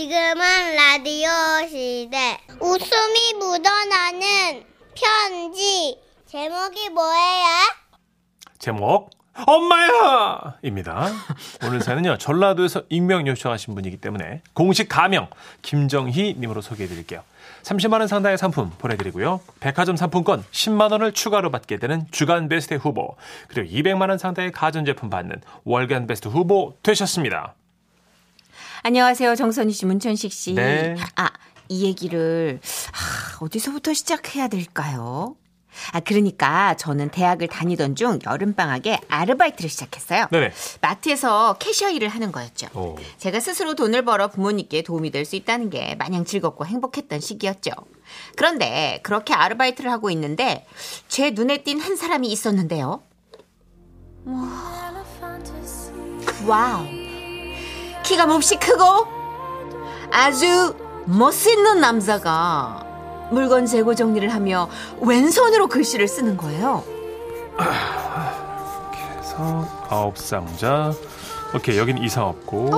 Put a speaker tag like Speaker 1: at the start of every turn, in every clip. Speaker 1: 지금은 라디오 시대. 웃음이 묻어나는 편지. 제목이 뭐예요?
Speaker 2: 제목 엄마야 입니다. 오늘 사연은요 전라도에서 익명 요청하신 분이기 때문에 공식 가명 김정희 님으로 소개해드릴게요. 30만 원 상당의 상품 보내드리고요. 백화점 상품권 10만 원을 추가로 받게 되는 주간 베스트 후보 그리고 200만 원 상당의 가전제품 받는 월간 베스트 후보 되셨습니다.
Speaker 3: 안녕하세요. 정선희 씨, 문천식 씨.
Speaker 2: 네.
Speaker 3: 아, 이 얘기를 아, 어디서부터 시작해야 될까요? 아, 그러니까 저는 대학을 다니던 중 여름방학에 아르바이트를 시작했어요.
Speaker 2: 네네.
Speaker 3: 마트에서 캐셔 일을 하는 거였죠.
Speaker 2: 오.
Speaker 3: 제가 스스로 돈을 벌어 부모님께 도움이 될 수 있다는 게 마냥 즐겁고 행복했던 시기였죠. 그런데 그렇게 아르바이트를 하고 있는데 제 눈에 띈 한 사람이 있었는데요. 와우. 키가 몹시 크고 아주 멋있는 남자가 물건 재고 정리를 하며 왼손으로 글씨를 쓰는 거예요.
Speaker 2: 그래서 아홉 상자. 오케이 여긴 이상 없고.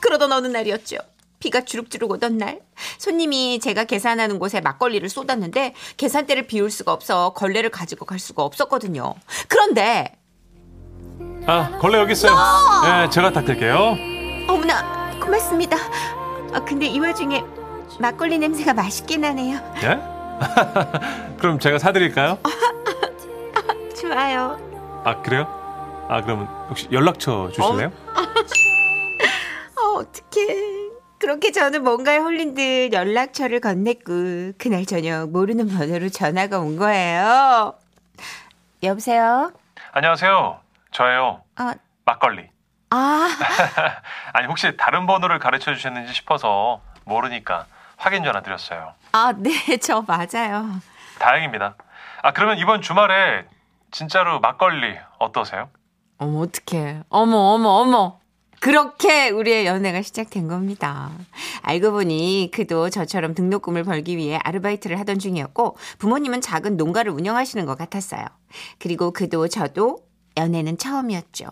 Speaker 3: 그러던 어느 날이었죠. 비가 주룩주룩 오던 날 손님이 제가 계산하는 곳에 막걸리를 쏟았는데 계산대를 비울 수가 없어 걸레를 가지고 갈 수가 없었거든요. 그런데
Speaker 2: 아 걸레 여기 있어요. 네 제가 닦을게요.
Speaker 3: 어머나 고맙습니다. 아, 근데 이 와중에 막걸리 냄새가 맛있게 나네요.
Speaker 2: 네? 그럼 제가 사드릴까요?
Speaker 3: 좋아요.
Speaker 2: 아 그래요? 아 그러면 혹시 연락처 주실래요?
Speaker 3: 어, 어떡해. 그렇게 저는 뭔가에 홀린 듯 연락처를 건넸고 그날 저녁 모르는 번호로 전화가 온 거예요. 여보세요?
Speaker 2: 안녕하세요. 저예요.
Speaker 3: 어,
Speaker 2: 막걸리.
Speaker 3: 아,
Speaker 2: 아니 혹시 다른 번호를 가르쳐 주셨는지 싶어서 모르니까 확인 전화 드렸어요.
Speaker 3: 아, 네, 저 맞아요.
Speaker 2: 다행입니다. 아 그러면 이번 주말에 진짜로 막걸리 어떠세요?
Speaker 3: 어머, 어떡해. 어머, 어머, 어머. 그렇게 우리의 연애가 시작된 겁니다. 알고 보니 그도 저처럼 등록금을 벌기 위해 아르바이트를 하던 중이었고 부모님은 작은 농가를 운영하시는 것 같았어요. 그리고 그도 저도 연애는 처음이었죠.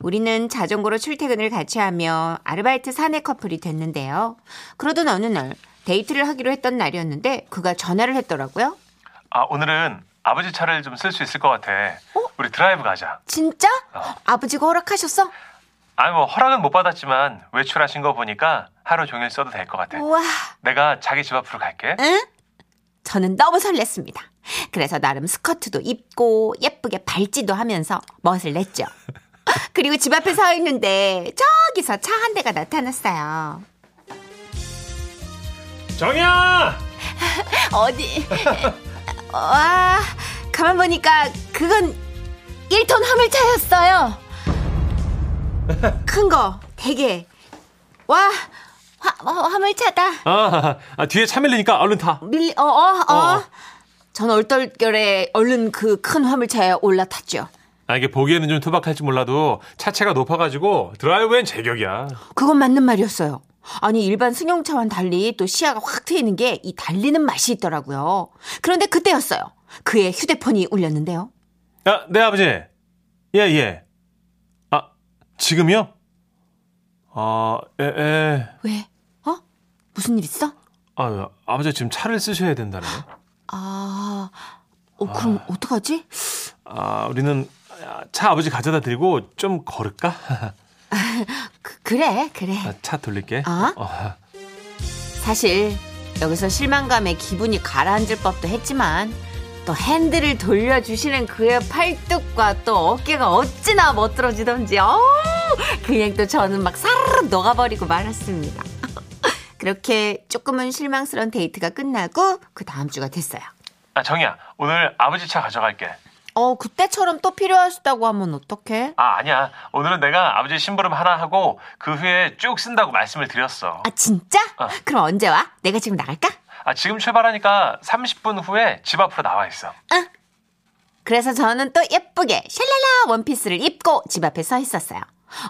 Speaker 3: 우리는 자전거로 출퇴근을 같이 하며 아르바이트 사내 커플이 됐는데요. 그러던 어느 날 데이트를 하기로 했던 날이었는데 그가 전화를 했더라고요.
Speaker 2: 아 오늘은 아버지 차를 좀 쓸 수 있을 것 같아. 우리 드라이브 가자.
Speaker 3: 진짜?
Speaker 2: 어.
Speaker 3: 아버지가 허락하셨어?
Speaker 2: 아니 뭐 허락은 못 받았지만 외출하신 거 보니까 하루 종일 써도 될 것 같아.
Speaker 3: 우와.
Speaker 2: 내가 자기 집 앞으로 갈게.
Speaker 3: 응? 저는 너무 설렜습니다. 그래서 나름 스커트도 입고 예쁘게 발찌도 하면서 멋을 냈죠. 그리고 집 앞에 서 있는데 저기서 차 한 대가 나타났어요.
Speaker 2: 정이야!
Speaker 3: 어디? 와, 가만 보니까 그건 1톤 화물차였어요. 큰 거, 되게. 와, 화, 화- 화물차다.
Speaker 2: 아, 아, 뒤에 차 밀리니까 얼른 타.
Speaker 3: 밀, 어, 어, 어.
Speaker 2: 어.
Speaker 3: 전 얼떨결에 얼른 그 큰 화물차에 올라탔죠.
Speaker 2: 아, 이게 보기에는 좀 투박할지 몰라도 차체가 높아가지고 드라이브엔 제격이야.
Speaker 3: 그건 맞는 말이었어요. 아니 일반 승용차와는 달리 또 시야가 확 트이는 게 이 달리는 맛이 있더라고요. 그런데 그때였어요. 그의 휴대폰이 울렸는데요.
Speaker 2: 아, 네, 아버지. 예, 예. 아, 지금이요? 아, 예, 예.
Speaker 3: 왜? 어? 무슨 일 있어?
Speaker 2: 아, 아버지 지금 차를 쓰셔야 된다네요.
Speaker 3: 아, 어, 그럼 어떡하지?
Speaker 2: 아, 우리는 차 아버지 가져다 드리고 좀 걸을까?
Speaker 3: 그, 그래, 그래.
Speaker 2: 아, 차 돌릴게.
Speaker 3: 아?
Speaker 2: 어.
Speaker 3: 사실 여기서 실망감에 기분이 가라앉을 법도 했지만 또 핸들을 돌려주시는 그의 팔뚝과 또 어깨가 어찌나 멋들어지던지 어우, 그냥 또 저는 막 사르르 녹아버리고 말았습니다. 그렇게 조금은 실망스러운 데이트가 끝나고 그 다음 주가 됐어요.
Speaker 2: 아, 정이야. 오늘 아버지 차 가져갈게.
Speaker 3: 어 그때처럼 또 필요하시다고 하면 어떡해?
Speaker 2: 아, 아니야. 오늘은 내가 아버지 심부름 하나 하고 그 후에 쭉 쓴다고 말씀을 드렸어.
Speaker 3: 아 진짜?
Speaker 2: 어.
Speaker 3: 그럼 언제 와? 내가 지금 나갈까?
Speaker 2: 아, 지금 출발하니까 30분 후에 집 앞으로 나와 있어.
Speaker 3: 그래서 저는 또 예쁘게 샬랄라 원피스를 입고 집 앞에 서 있었어요.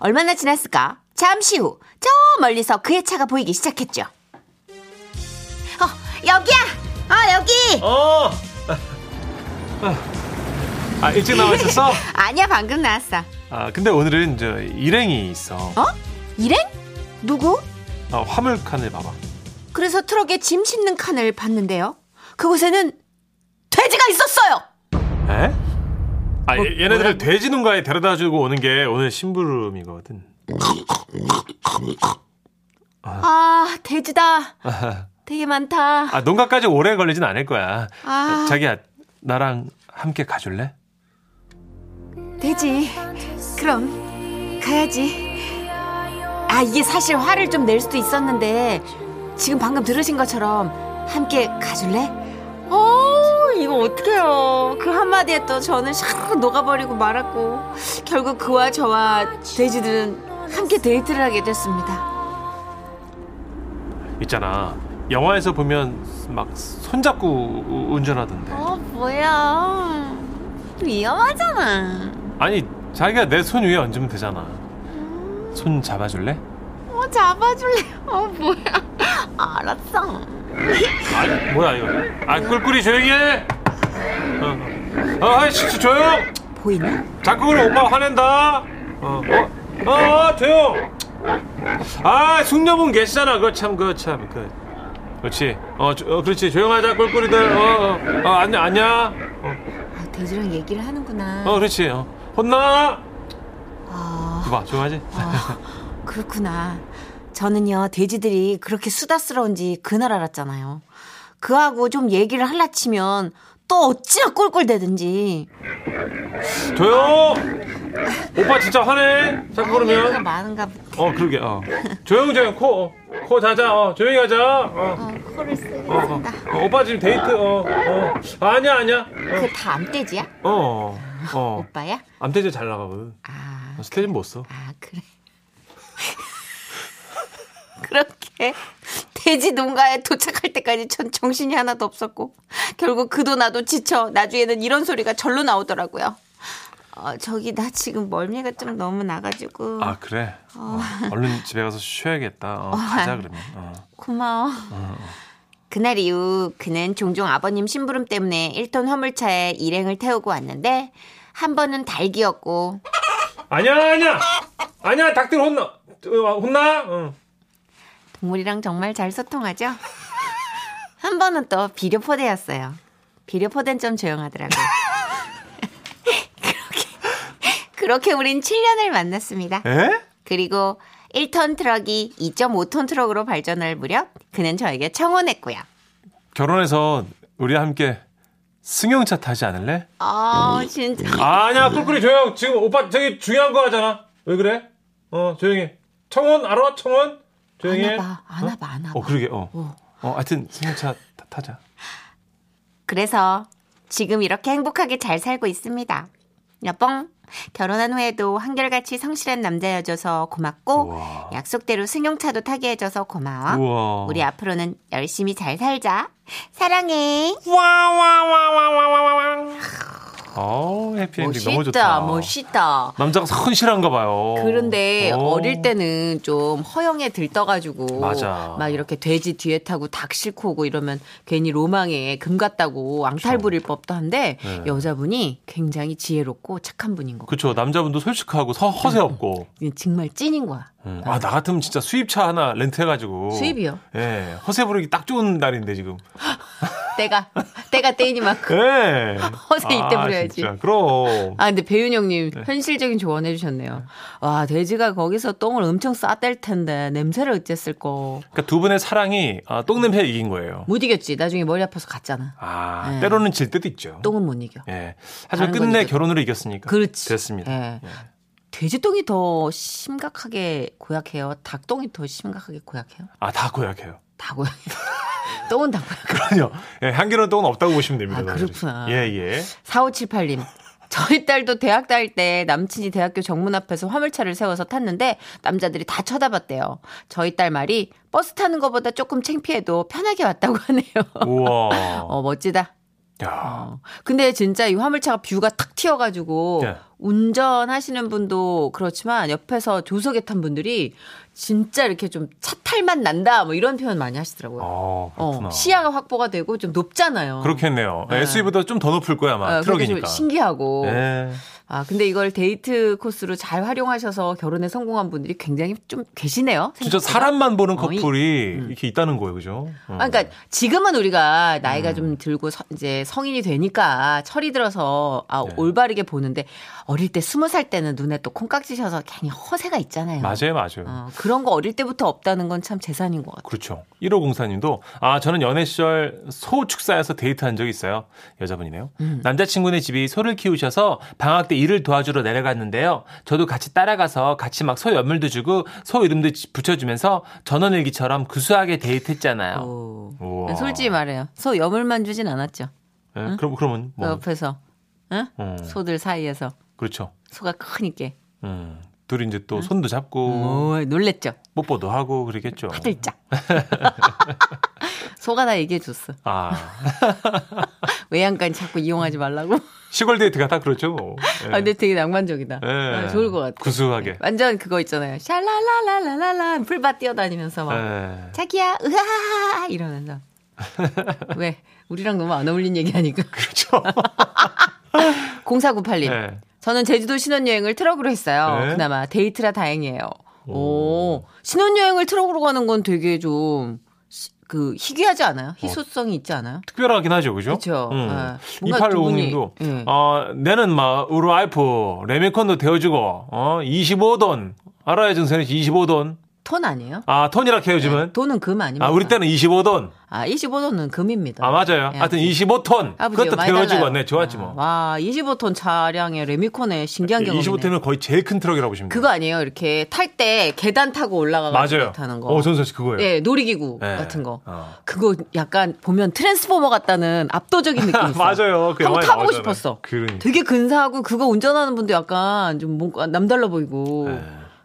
Speaker 3: 얼마나 지났을까? 잠시 후, 저 멀리서 그의 차가 보이기 시작했죠. 어, 여기야! 어, 여기!
Speaker 2: 어! 아, 일찍 나와 있었어?
Speaker 3: 아니야, 방금 나왔어.
Speaker 2: 아, 근데 오늘은 저 일행이 있어.
Speaker 3: 어? 일행? 누구?
Speaker 2: 어, 화물칸을 봐봐.
Speaker 3: 그래서 트럭에 짐 싣는 칸을 봤는데요. 그곳에는 돼지가 있었어요.
Speaker 2: 에? 아,
Speaker 3: 뭐,
Speaker 2: 얘- 얘네들을 돼지 농가에 데려다 주고 오는 게 오늘 심부름이거든.
Speaker 3: 아, 돼지다. 되게 많다.
Speaker 2: 아, 농가까지 오래 걸리진 않을 거야. 어,
Speaker 3: 아.
Speaker 2: 자기야, 나랑 함께 가줄래?
Speaker 3: 돼지. 그럼 가야지. 아, 이게 사실 화를 좀 낼 수도 있었는데 지금 방금 들으신 것처럼 함께 가줄래? 어, 이거 어떡해요. 그 한마디에 또 저는 샥 녹아버리고 말았고 결국 그와 저와 돼지들은 함께 데이트를 하게 됐습니다.
Speaker 2: 있잖아. 영화에서 보면 막 손잡고 우- 운전하던데.
Speaker 3: 어, 뭐야. 위험하잖아.
Speaker 2: 아니, 자기가 내 손 위에 얹으면 되잖아. 손 잡아줄래?
Speaker 3: 어, 잡아줄래? 어, 뭐야. 알았어.
Speaker 2: 아니, 뭐야, 이거. 아, 꿀꿀이 조용히 해! 어, 어, 아이씨, 조- 조용!
Speaker 3: 보이나?
Speaker 2: 자꾸 그래, 엄마 화낸다! 어, 어, 어, 조용! 아, 숙녀분 계시잖아. 그거 참, 그거 참. 그, 그렇지. 어, 조- 어, 그렇지. 조용하자, 꿀꿀이들. 어, 어, 어 안녕, 안녕. 어,
Speaker 3: 아, 돼지랑 얘기를 하는구나.
Speaker 2: 어, 그렇지. 어. 혼나!
Speaker 3: 아,
Speaker 2: 봐, 조용하지?
Speaker 3: 그렇구나. 저는요, 돼지들이 그렇게 수다스러운지 그날 알았잖아요. 그하고 좀 얘기를 할라 치면 또 어찌나 꿀꿀대든지.
Speaker 2: 조용! 오빠 진짜 화내. 자꾸
Speaker 3: 얘기가
Speaker 2: 그러면.
Speaker 3: 많은가 보다.
Speaker 2: 어, 그러게. 어. 조용 조용 코. 어. 코 자자. 어, 조용히 가자. 어.
Speaker 3: 어, 코를 쓰긴
Speaker 2: 어, 어.
Speaker 3: 쓴다.
Speaker 2: 어, 오빠 지금 데이트 어. 어. 아니야, 아니야.
Speaker 3: 그거 다 암돼지야?
Speaker 2: 어. 어. 어.
Speaker 3: 오빠야?
Speaker 2: 암태제 잘 나가거든. 그.
Speaker 3: 아,
Speaker 2: 스테이지 못 써.
Speaker 3: 아, 그래. 그렇게 돼지 농가에 도착할 때까지 전 정신이 하나도 없었고 결국 그도 나도 지쳐 나중에는 이런 소리가 절로 나오더라고요. 어, 저기 나 지금 멀미가 좀 너무 나가지고
Speaker 2: 아, 그래. 어. 얼른 집에 가서 쉬어야겠다. 어, 가자 그러면. 어.
Speaker 3: 고마워. 그날 이후 그는 종종 아버님 심부름 때문에 1톤 화물차에 일행을 태우고 왔는데 한 번은 닭이었고
Speaker 2: 아니야, 아니야. 아니야, 닭들 혼나. 어, 혼나? 어.
Speaker 3: 동물이랑 정말 잘 소통하죠? 한 번은 또 비료포대였어요. 비료포대는 좀 조용하더라고요. 그렇게, 그렇게 우린 7년을 만났습니다.
Speaker 2: 에?
Speaker 3: 그리고 1톤 트럭이 2.5톤 트럭으로 발전할 무렵 그는 저에게 청혼했고요.
Speaker 2: 결혼해서 우리와 함께 승용차 타지 않을래?
Speaker 3: 아 진짜
Speaker 2: 아니야 꿀꿀이 조용 지금 오빠 저기 중요한 거 하잖아 왜 그래 어 조용해 청원 알아 청원 조용해
Speaker 3: 안 와봐, 안 와봐, 안 와봐.
Speaker 2: 어 그러게 어어
Speaker 3: 어.
Speaker 2: 하여튼 승용차 타, 타자
Speaker 3: 그래서 지금 이렇게 행복하게 잘 살고 있습니다. 여뻥 결혼한 후에도 한결같이 성실한 남자여줘서 고맙고
Speaker 2: 우와.
Speaker 3: 약속대로 승용차도 타게 해줘서 고마워.
Speaker 2: 우와.
Speaker 3: 우리 아- 앞으로는 열심히 잘 살자. 사랑해.
Speaker 2: 와와와와와와와 어우 해피엔딩 너무 좋다
Speaker 3: 멋있다.
Speaker 2: 남자가 선실한가 봐요
Speaker 3: 그런데
Speaker 2: 어.
Speaker 3: 어릴 때는 좀 허영에 들떠가지고
Speaker 2: 맞아.
Speaker 3: 막 이렇게 돼지 뒤에 타고 닭 싣고 오고 이러면 괜히 로망에 금 같다고 앙탈 부릴 법도 한데
Speaker 2: 네.
Speaker 3: 여자분이 굉장히 지혜롭고 착한 분인 것 같아요.
Speaker 2: 그쵸 남자분도 솔직하고 서, 허세 없고
Speaker 3: 이게 정말 찐인 거야.
Speaker 2: 음. 아나 같으면 진짜 수입차 하나 렌트해가지고
Speaker 3: 수입이요?
Speaker 2: 예 허세 부르기 딱 좋은 날인데 지금
Speaker 3: 때가 때가 때이니만큼.
Speaker 2: 예
Speaker 3: 허세 이때 부려야지.
Speaker 2: 진짜. 그럼
Speaker 3: 아 근데 배윤영님
Speaker 2: 네.
Speaker 3: 현실적인 조언 해주셨네요. 와 돼지가 거기서 똥을 엄청 싸댈 텐데 냄새를 어쨌을 거.
Speaker 2: 그러니까 두 분의 사랑이 아, 똥냄새 이긴 거예요.
Speaker 3: 못 이겼지. 나중에 머리 아파서 갔잖아.
Speaker 2: 아
Speaker 3: 네.
Speaker 2: 때로는 질 때도 있죠.
Speaker 3: 똥은 못 이겨.
Speaker 2: 예. 하지만
Speaker 3: 다른 건
Speaker 2: 끝내
Speaker 3: 이겼-
Speaker 2: 결혼으로 이겼으니까.
Speaker 3: 그렇지.
Speaker 2: 됐습니다.
Speaker 3: 예.
Speaker 2: 예.
Speaker 3: 돼지 똥이 더 심각하게 고약해요. 닭 똥이 더 심각하게 고약해요.
Speaker 2: 아다 고약해요.
Speaker 3: 다 고약. 똥은 다 고약.
Speaker 2: 그럼요. 예, 한겨울은 똥은 없다고 보시면 됩니다.
Speaker 3: 아, 그렇구나.
Speaker 2: 예예. 예.
Speaker 3: 4578님. 저희 딸도 대학 다닐 때 남친이 대학교 정문 앞에서 화물차를 세워서 탔는데 남자들이 다 쳐다봤대요. 저희 딸 말이 버스 타는 것보다 조금 창피해도 편하게 왔다고 하네요.
Speaker 2: 우와.
Speaker 3: 어, 멋지다.
Speaker 2: 야.
Speaker 3: 어. 근데 진짜 이 화물차가 뷰가 탁 튀어가지고
Speaker 2: 예.
Speaker 3: 운전하시는 분도 그렇지만 옆에서 조석에 탄 분들이 진짜 이렇게 좀 차탈만 난다 뭐 이런 표현 많이 하시더라고요.
Speaker 2: 어, 그렇구나.
Speaker 3: 어, 시야가 확보가 되고 좀 높잖아요.
Speaker 2: 그렇겠네요.
Speaker 3: 네.
Speaker 2: SUV보다 좀 더 높을 거야 아마
Speaker 3: 어, 그게 좀
Speaker 2: 트럭이니까.
Speaker 3: 신기하고
Speaker 2: 예.
Speaker 3: 아, 근데 이걸 데이트 코스로 잘 활용하셔서 결혼에 성공한 분들이 굉장히 좀 계시네요.
Speaker 2: 진짜
Speaker 3: 생각보다.
Speaker 2: 사람만 보는
Speaker 3: 어이.
Speaker 2: 커플이 이렇게 있다는 거예요, 그죠? 어.
Speaker 3: 아, 그러니까 지금은 우리가
Speaker 2: 음.
Speaker 3: 나이가 좀 들고 서- 이제 성인이 되니까 철이 들어서 아,
Speaker 2: 네.
Speaker 3: 올바르게 보는데 어릴 때 스무 살 때는 눈에 또 콩깍지셔서 괜히 허세가 있잖아요.
Speaker 2: 맞아요, 맞아요.
Speaker 3: 어, 그런 거 어릴 때부터 없다는 건 참 재산인 것 같아요.
Speaker 2: 그렇죠. 1504님도 아 저는 연애 시절 소 축사에서 데이트한 적이 있어요. 여자분이네요.
Speaker 3: 음.
Speaker 2: 남자친구네 집이 소를 키우셔서 방학 때 일을 도와주러 내려갔는데요. 저도 같이 따라가서 같이 막 소 연물도 주고 소 이름도 지- 붙여주면서 전원일기처럼 구수하게 데이트했잖아요.
Speaker 3: 오.
Speaker 2: 우와.
Speaker 3: 솔직히 말해요. 소 여물만 주진 않았죠.
Speaker 2: 예, 그럼 그러면
Speaker 3: 그
Speaker 2: 뭐
Speaker 3: 옆에서 응?
Speaker 2: 어,
Speaker 3: 소들 사이에서
Speaker 2: 그렇죠.
Speaker 3: 소가 크니까
Speaker 2: 음, 둘이 이제 또 손도
Speaker 3: 음.
Speaker 2: 잡고
Speaker 3: 오, 놀랬죠.
Speaker 2: 뽀뽀도 하고 그러겠죠.
Speaker 3: 화들짝. 소가 다 얘기해 줬어.
Speaker 2: 아
Speaker 3: 외양간 자꾸 이용하지 말라고.
Speaker 2: 시골 데이트가 다 그렇죠. 뭐. 예.
Speaker 3: 아, 근데 되게 낭만적이다.
Speaker 2: 예.
Speaker 3: 아, 좋을 것 네. 같아.
Speaker 2: 구수하게.
Speaker 3: 완전 그거 있잖아요. 샬라라라라라 풀밭 뛰어다니면서 막
Speaker 2: 예.
Speaker 3: 자기야 으하하하 이러면서 왜 우리랑 너무 안 어울린 얘기하니까.
Speaker 2: 그렇죠.
Speaker 3: 0498님.
Speaker 2: 예.
Speaker 3: 저는 제주도 신혼여행을 트럭으로 했어요.
Speaker 2: 네.
Speaker 3: 그나마 데이트라 다행이에요. 오.
Speaker 2: 오.
Speaker 3: 신혼여행을 트럭으로 가는 건 되게 좀, 시- 그, 희귀하지 않아요? 희소성이 있지 않아요?
Speaker 2: 특별하긴 하죠, 그죠?
Speaker 3: 그쵸. 아, 뭔가 두 분이,
Speaker 2: 2850님도,
Speaker 3: 예.
Speaker 2: 어, 내는 막, 우르와이프, 레미콘도 데워주고, 어, 25돈. 알아요, 정선이 씨? 25돈.
Speaker 3: 톤 아니에요?
Speaker 2: 아, 톤이라 해요, 지금은.
Speaker 3: 돈은 금 아닙니까?
Speaker 2: 아, 우리 때는 25돈.
Speaker 3: 아, 25톤은 금입니다.
Speaker 2: 아, 맞아요.
Speaker 3: 예,
Speaker 2: 하여튼 25톤.
Speaker 3: 아버지가
Speaker 2: 그것도
Speaker 3: 많이
Speaker 2: 데워주고,
Speaker 3: 달라요. 아,
Speaker 2: 네, 좋았지 뭐.
Speaker 3: 와, 25톤 차량에 레미콘에 신기한 경험이네.
Speaker 2: 25톤이면 거의 제일 큰 트럭이라고 보시면 돼요.
Speaker 3: 그거 아니에요? 이렇게 탈 때 계단 타고 올라가서
Speaker 2: 맞아요.
Speaker 3: 타는 거.
Speaker 2: 어, 정선 씨 그거예요.
Speaker 3: 예, 놀이기구
Speaker 2: 예.
Speaker 3: 같은 거.
Speaker 2: 어.
Speaker 3: 그거 약간 보면 트랜스포머 같다는 압도적인 느낌이 있어요.
Speaker 2: 맞아요. 그 영화에
Speaker 3: 한번 타보고
Speaker 2: 나오잖아요.
Speaker 3: 싶었어.
Speaker 2: 그러니까.
Speaker 3: 되게 근사하고 그거 운전하는 분도 약간 좀 뭔가 남달라 보이고
Speaker 2: 네, 예.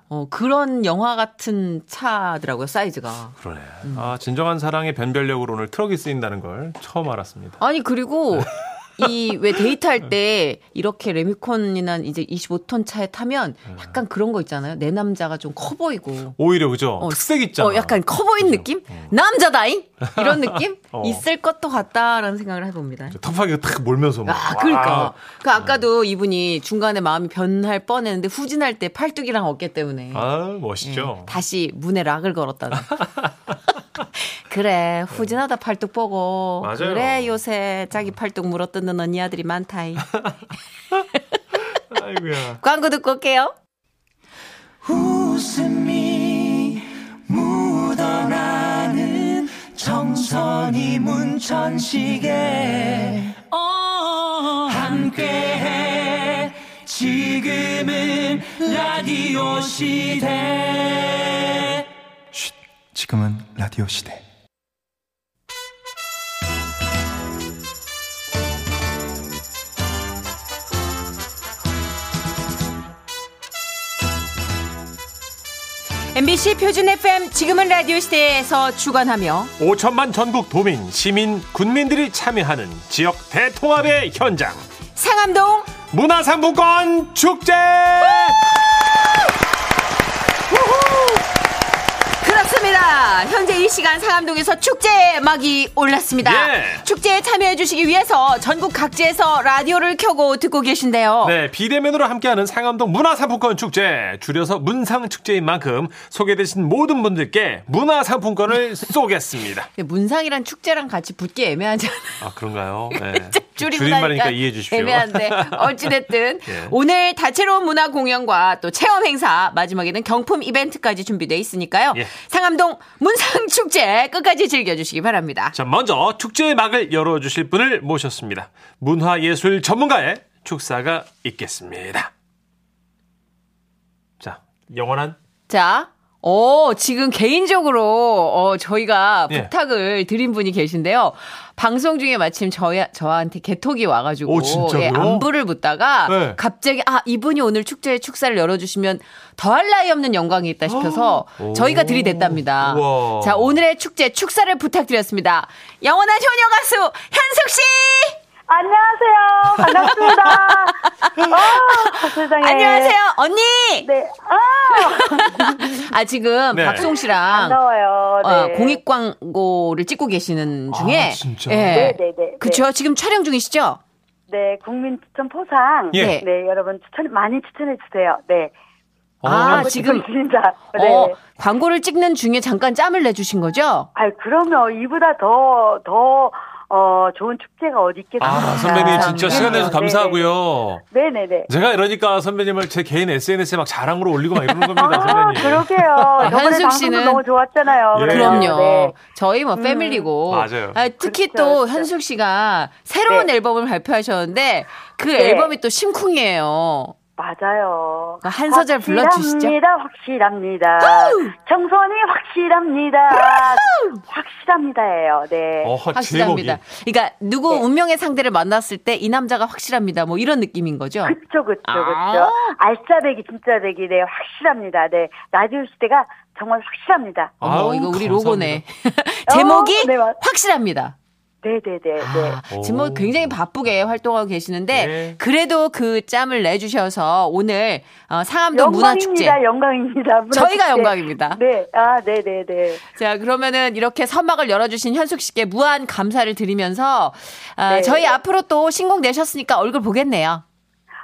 Speaker 3: 어, 그런 영화 같은 차더라고요 사이즈가.
Speaker 2: 그러네.
Speaker 3: 음.
Speaker 2: 아, 진정한 사랑의 변별력으로 오늘 트럭이 쓰인다는 걸 처음 알았습니다.
Speaker 3: 아니 그리고 이 왜 데이트할 때 이렇게 레미콘이나 이제 25톤 차에 타면
Speaker 2: 음.
Speaker 3: 약간 그런 거 있잖아요. 내 남자가 좀 커 보이고.
Speaker 2: 오히려, 그죠?
Speaker 3: 어,
Speaker 2: 특색 있잖아.
Speaker 3: 어, 약간 커 보인 느낌? 남자다잉? 이런 느낌?
Speaker 2: 어.
Speaker 3: 있을 것도 같다라는 생각을 해봅니다.
Speaker 2: 턱파기가 탁 몰면서 막.
Speaker 3: 아, 그러니까.
Speaker 2: 와. 네.
Speaker 3: 그 아까도 이분이 중간에 마음이 변할 뻔했는데 후진할 때 팔뚝이랑 어깨 때문에
Speaker 2: 아,
Speaker 3: 예,
Speaker 2: 멋있죠.
Speaker 3: 다시 문에 락을 걸었다는. 그래 후진하다 팔뚝 보고
Speaker 2: 맞아요.
Speaker 3: 그래 요새 자기 팔뚝 물어뜯는 언니 아들이 많다이.
Speaker 2: 아이고야.
Speaker 3: 광고 듣고 올게요.
Speaker 4: 웃음이 묻어나는 정선이 문천식에 함께해 지금은 라디오 시대 지금은 라디오 시대
Speaker 3: MBC 표준 FM 지금은 라디오 시대에서 주관하며
Speaker 2: 5천만 전국 도민, 시민, 군민들이 참여하는 지역 대통합의 현장.
Speaker 3: 상암동
Speaker 2: 문화상품권 축제!
Speaker 3: 그렇습니다. 현재 이 시간 상암동에서 축제의 막이 올랐습니다.
Speaker 2: 예.
Speaker 3: 축제에 참여해 주시기 위해서 전국 각지에서 라디오를 켜고 듣고 계신데요.
Speaker 2: 네, 비대면으로 함께하는 상암동 문화상품권 축제. 줄여서 문상축제인 만큼 소개되신 모든 분들께 문화상품권을 쏘겠습니다.
Speaker 3: 근데 문상이랑 축제랑 같이 붙기 애매하지 않아요?
Speaker 2: 아, 그런가요? 네.
Speaker 3: 줄임말이니까
Speaker 2: 이해해 주십시오.
Speaker 3: 애매한데 어찌됐든
Speaker 2: 예.
Speaker 3: 오늘 다채로운 문화 공연과 또 체험 행사 마지막에는 경품 이벤트까지 준비돼 있으니까요.
Speaker 2: 예.
Speaker 3: 상암동 문상 축제 끝까지 즐겨주시기 바랍니다.
Speaker 2: 자, 먼저 축제의 막을 열어주실 분을 모셨습니다. 문화예술 전문가의 축사가 있겠습니다. 자, 영원한
Speaker 3: 자, 어, 지금 개인적으로, 어, 저희가
Speaker 2: 예.
Speaker 3: 부탁을 드린 분이 계신데요. 방송 중에 마침 저희, 저한테 개톡이 와가지고.
Speaker 2: 오, 진짜로요?
Speaker 3: 예, 안부를 묻다가.
Speaker 2: 네.
Speaker 3: 갑자기, 아, 이분이 오늘 축제의 축사를 열어주시면 더할 나위 없는 영광이 있다 싶어서 저희가 들이댔답니다.
Speaker 2: 우와.
Speaker 3: 자, 오늘의 축제 축사를 부탁드렸습니다. 영원한 효녀 가수 현숙씨!
Speaker 5: 안녕하세요. 반갑습니다. 아, 세상에.
Speaker 3: 안녕하세요, 언니!
Speaker 5: 네. 아,
Speaker 3: 아, 지금
Speaker 2: 네.
Speaker 3: 박송 씨랑
Speaker 5: 반가워요. 네.
Speaker 3: 어, 공익 광고를 찍고 계시는 중에
Speaker 2: 아, 진짜?
Speaker 3: 예.
Speaker 5: 네, 네, 네, 네.
Speaker 3: 그쵸 지금 촬영 중이시죠?
Speaker 5: 네, 국민 추천 포상.
Speaker 2: 예.
Speaker 3: 네.
Speaker 5: 네, 여러분 추천 많이 추천해 주세요. 네.
Speaker 2: 어,
Speaker 3: 아, 지금
Speaker 5: 진짜. 네.
Speaker 3: 어, 광고를 찍는 중에 잠깐 짬을 내주신 거죠?
Speaker 5: 아이 그러면 이보다 더, 더, 어, 좋은 축제가 어디 있겠습니까? 네,
Speaker 2: 아, 선배님 진짜
Speaker 3: 감사합니다.
Speaker 2: 시간 내서 감사하고요.
Speaker 5: 네네네.
Speaker 2: 제가 이러니까 선배님을 제 개인 SNS에 막 자랑으로 올리고 막 이러는 겁니다,
Speaker 5: 아,
Speaker 2: 선배님.
Speaker 5: 그러게요. 저번에
Speaker 3: 현숙
Speaker 5: 방송도
Speaker 3: 씨는-
Speaker 5: 너무 좋았잖아요.
Speaker 2: 예.
Speaker 5: 그래요.
Speaker 3: 그럼요.
Speaker 5: 네.
Speaker 3: 저희 뭐 패밀리고.
Speaker 2: 맞아요.
Speaker 3: 아, 특히
Speaker 5: 그렇죠,
Speaker 3: 또
Speaker 5: 그렇죠.
Speaker 3: 현숙 씨가 새로운
Speaker 5: 네.
Speaker 3: 앨범을 발표하셨는데 그
Speaker 5: 네.
Speaker 3: 앨범이 또 심쿵이에요.
Speaker 5: 맞아요.
Speaker 3: 한 소절 불러주시죠.
Speaker 5: 확실합니다. 확실합니다. 청소니 확실합니다. 확실합니다예요. 네.
Speaker 2: 어허, 아, 제목이.
Speaker 3: 확실합니다. 그러니까 누구
Speaker 5: 네.
Speaker 3: 운명의 상대를 만났을 때 이 남자가 확실합니다. 뭐 이런 느낌인 거죠.
Speaker 5: 그쵸, 그쵸,
Speaker 3: 아.
Speaker 5: 그쵸. 알짜배기, 진짜배기, 네, 확실합니다. 네. 라디오 시대가 정말 확실합니다.
Speaker 3: 어머,
Speaker 2: 아우,
Speaker 3: 이거 우리
Speaker 2: 감사합니다.
Speaker 3: 로고네. 제목이
Speaker 5: 어, 네, 맞-
Speaker 3: 확실합니다.
Speaker 5: 네네네. 네.
Speaker 3: 아, 지금 뭐
Speaker 2: 오.
Speaker 3: 굉장히 바쁘게 활동하고 계시는데
Speaker 2: 네.
Speaker 3: 그래도 그 짬을 내주셔서 오늘 어, 상암동 문화축제
Speaker 5: 네. 영광입니다, 영광입니다. 문화축제.
Speaker 3: 저희가 영광입니다.
Speaker 5: 네, 아, 네네네.
Speaker 3: 자, 그러면은 이렇게 선막을 열어주신 현숙 씨께 무한 감사를 드리면서 아,
Speaker 5: 네.
Speaker 3: 저희 앞으로 또 신곡 내셨으니까 얼굴 보겠네요.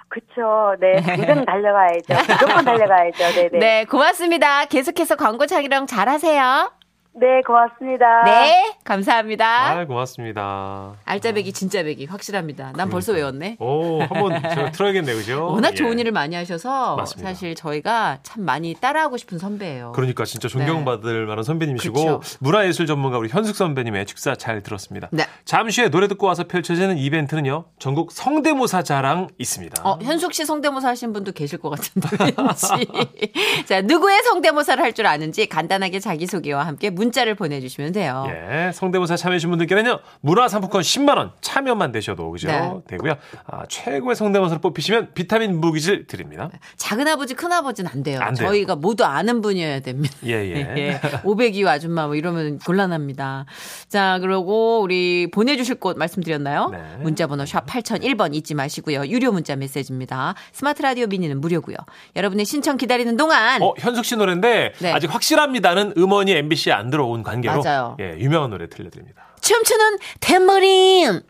Speaker 5: 그쵸, 네. 당장 달려가야죠. 무조건 달려가야죠.
Speaker 3: 네,
Speaker 5: 네네. 네.
Speaker 3: 고맙습니다. 계속해서 광고 촬영 잘하세요.
Speaker 5: 네, 고맙습니다.
Speaker 3: 네, 감사합니다.
Speaker 2: 아, 고맙습니다.
Speaker 3: 알짜배기 진짜배기 확실합니다. 난 벌써 외웠네.
Speaker 2: 오, 한번 제가 틀어야겠네요, 그죠?
Speaker 3: 워낙
Speaker 2: 예.
Speaker 3: 좋은 일을 많이 하셔서
Speaker 2: 맞습니다.
Speaker 3: 사실 저희가 참 많이 따라하고 싶은 선배예요.
Speaker 2: 그러니까 진짜 존경받을 만한 선배님이시고
Speaker 3: 어. 네. 그쵸.
Speaker 2: 문화예술 전문가 우리 현숙 선배님의 축사 잘 들었습니다.
Speaker 3: 그렇죠. 네.
Speaker 2: 잠시 후에 노래 듣고 와서 펼쳐지는 이벤트는요. 전국 성대모사 자랑 있습니다.
Speaker 3: 어, 현숙 씨 성대모사 하신 분도 계실 것 같은데. 왠지. 자, 누구의 성대모사를 할 줄 아는지 간단하게 자기소개와 함께 문자를 보내주시면 돼요.
Speaker 2: 예, 성대모사 참여해주신 분들께는요, 문화상품권 10만원 참여만 되셔도, 그죠?
Speaker 3: 네.
Speaker 2: 되고요. 아, 최고의 성대모사를 뽑히시면 비타민 무기질 드립니다.
Speaker 3: 작은 아버지, 큰 아버지는 안 돼요.
Speaker 2: 안 돼요.
Speaker 3: 저희가 모두 아는 분이어야 됩니다.
Speaker 2: 예, 예.
Speaker 3: 예. 502 아줌마 뭐 이러면 곤란합니다. 자, 그러고 우리 보내주실 곳 말씀드렸나요?
Speaker 2: 네.
Speaker 3: 문자번호 샵 8001번 잊지 마시고요. 유료 문자 메시지입니다. 스마트 라디오 미니는 무료고요. 여러분의 신청 기다리는 동안
Speaker 2: 어, 현숙 씨 노래인데,
Speaker 3: 네.
Speaker 2: 아직 확실합니다는 음원이 MBC에 안 들어온 관계로.
Speaker 3: 맞아요.
Speaker 2: 예, 유명한 노래 들려드립니다.
Speaker 3: 춤추는 탬버린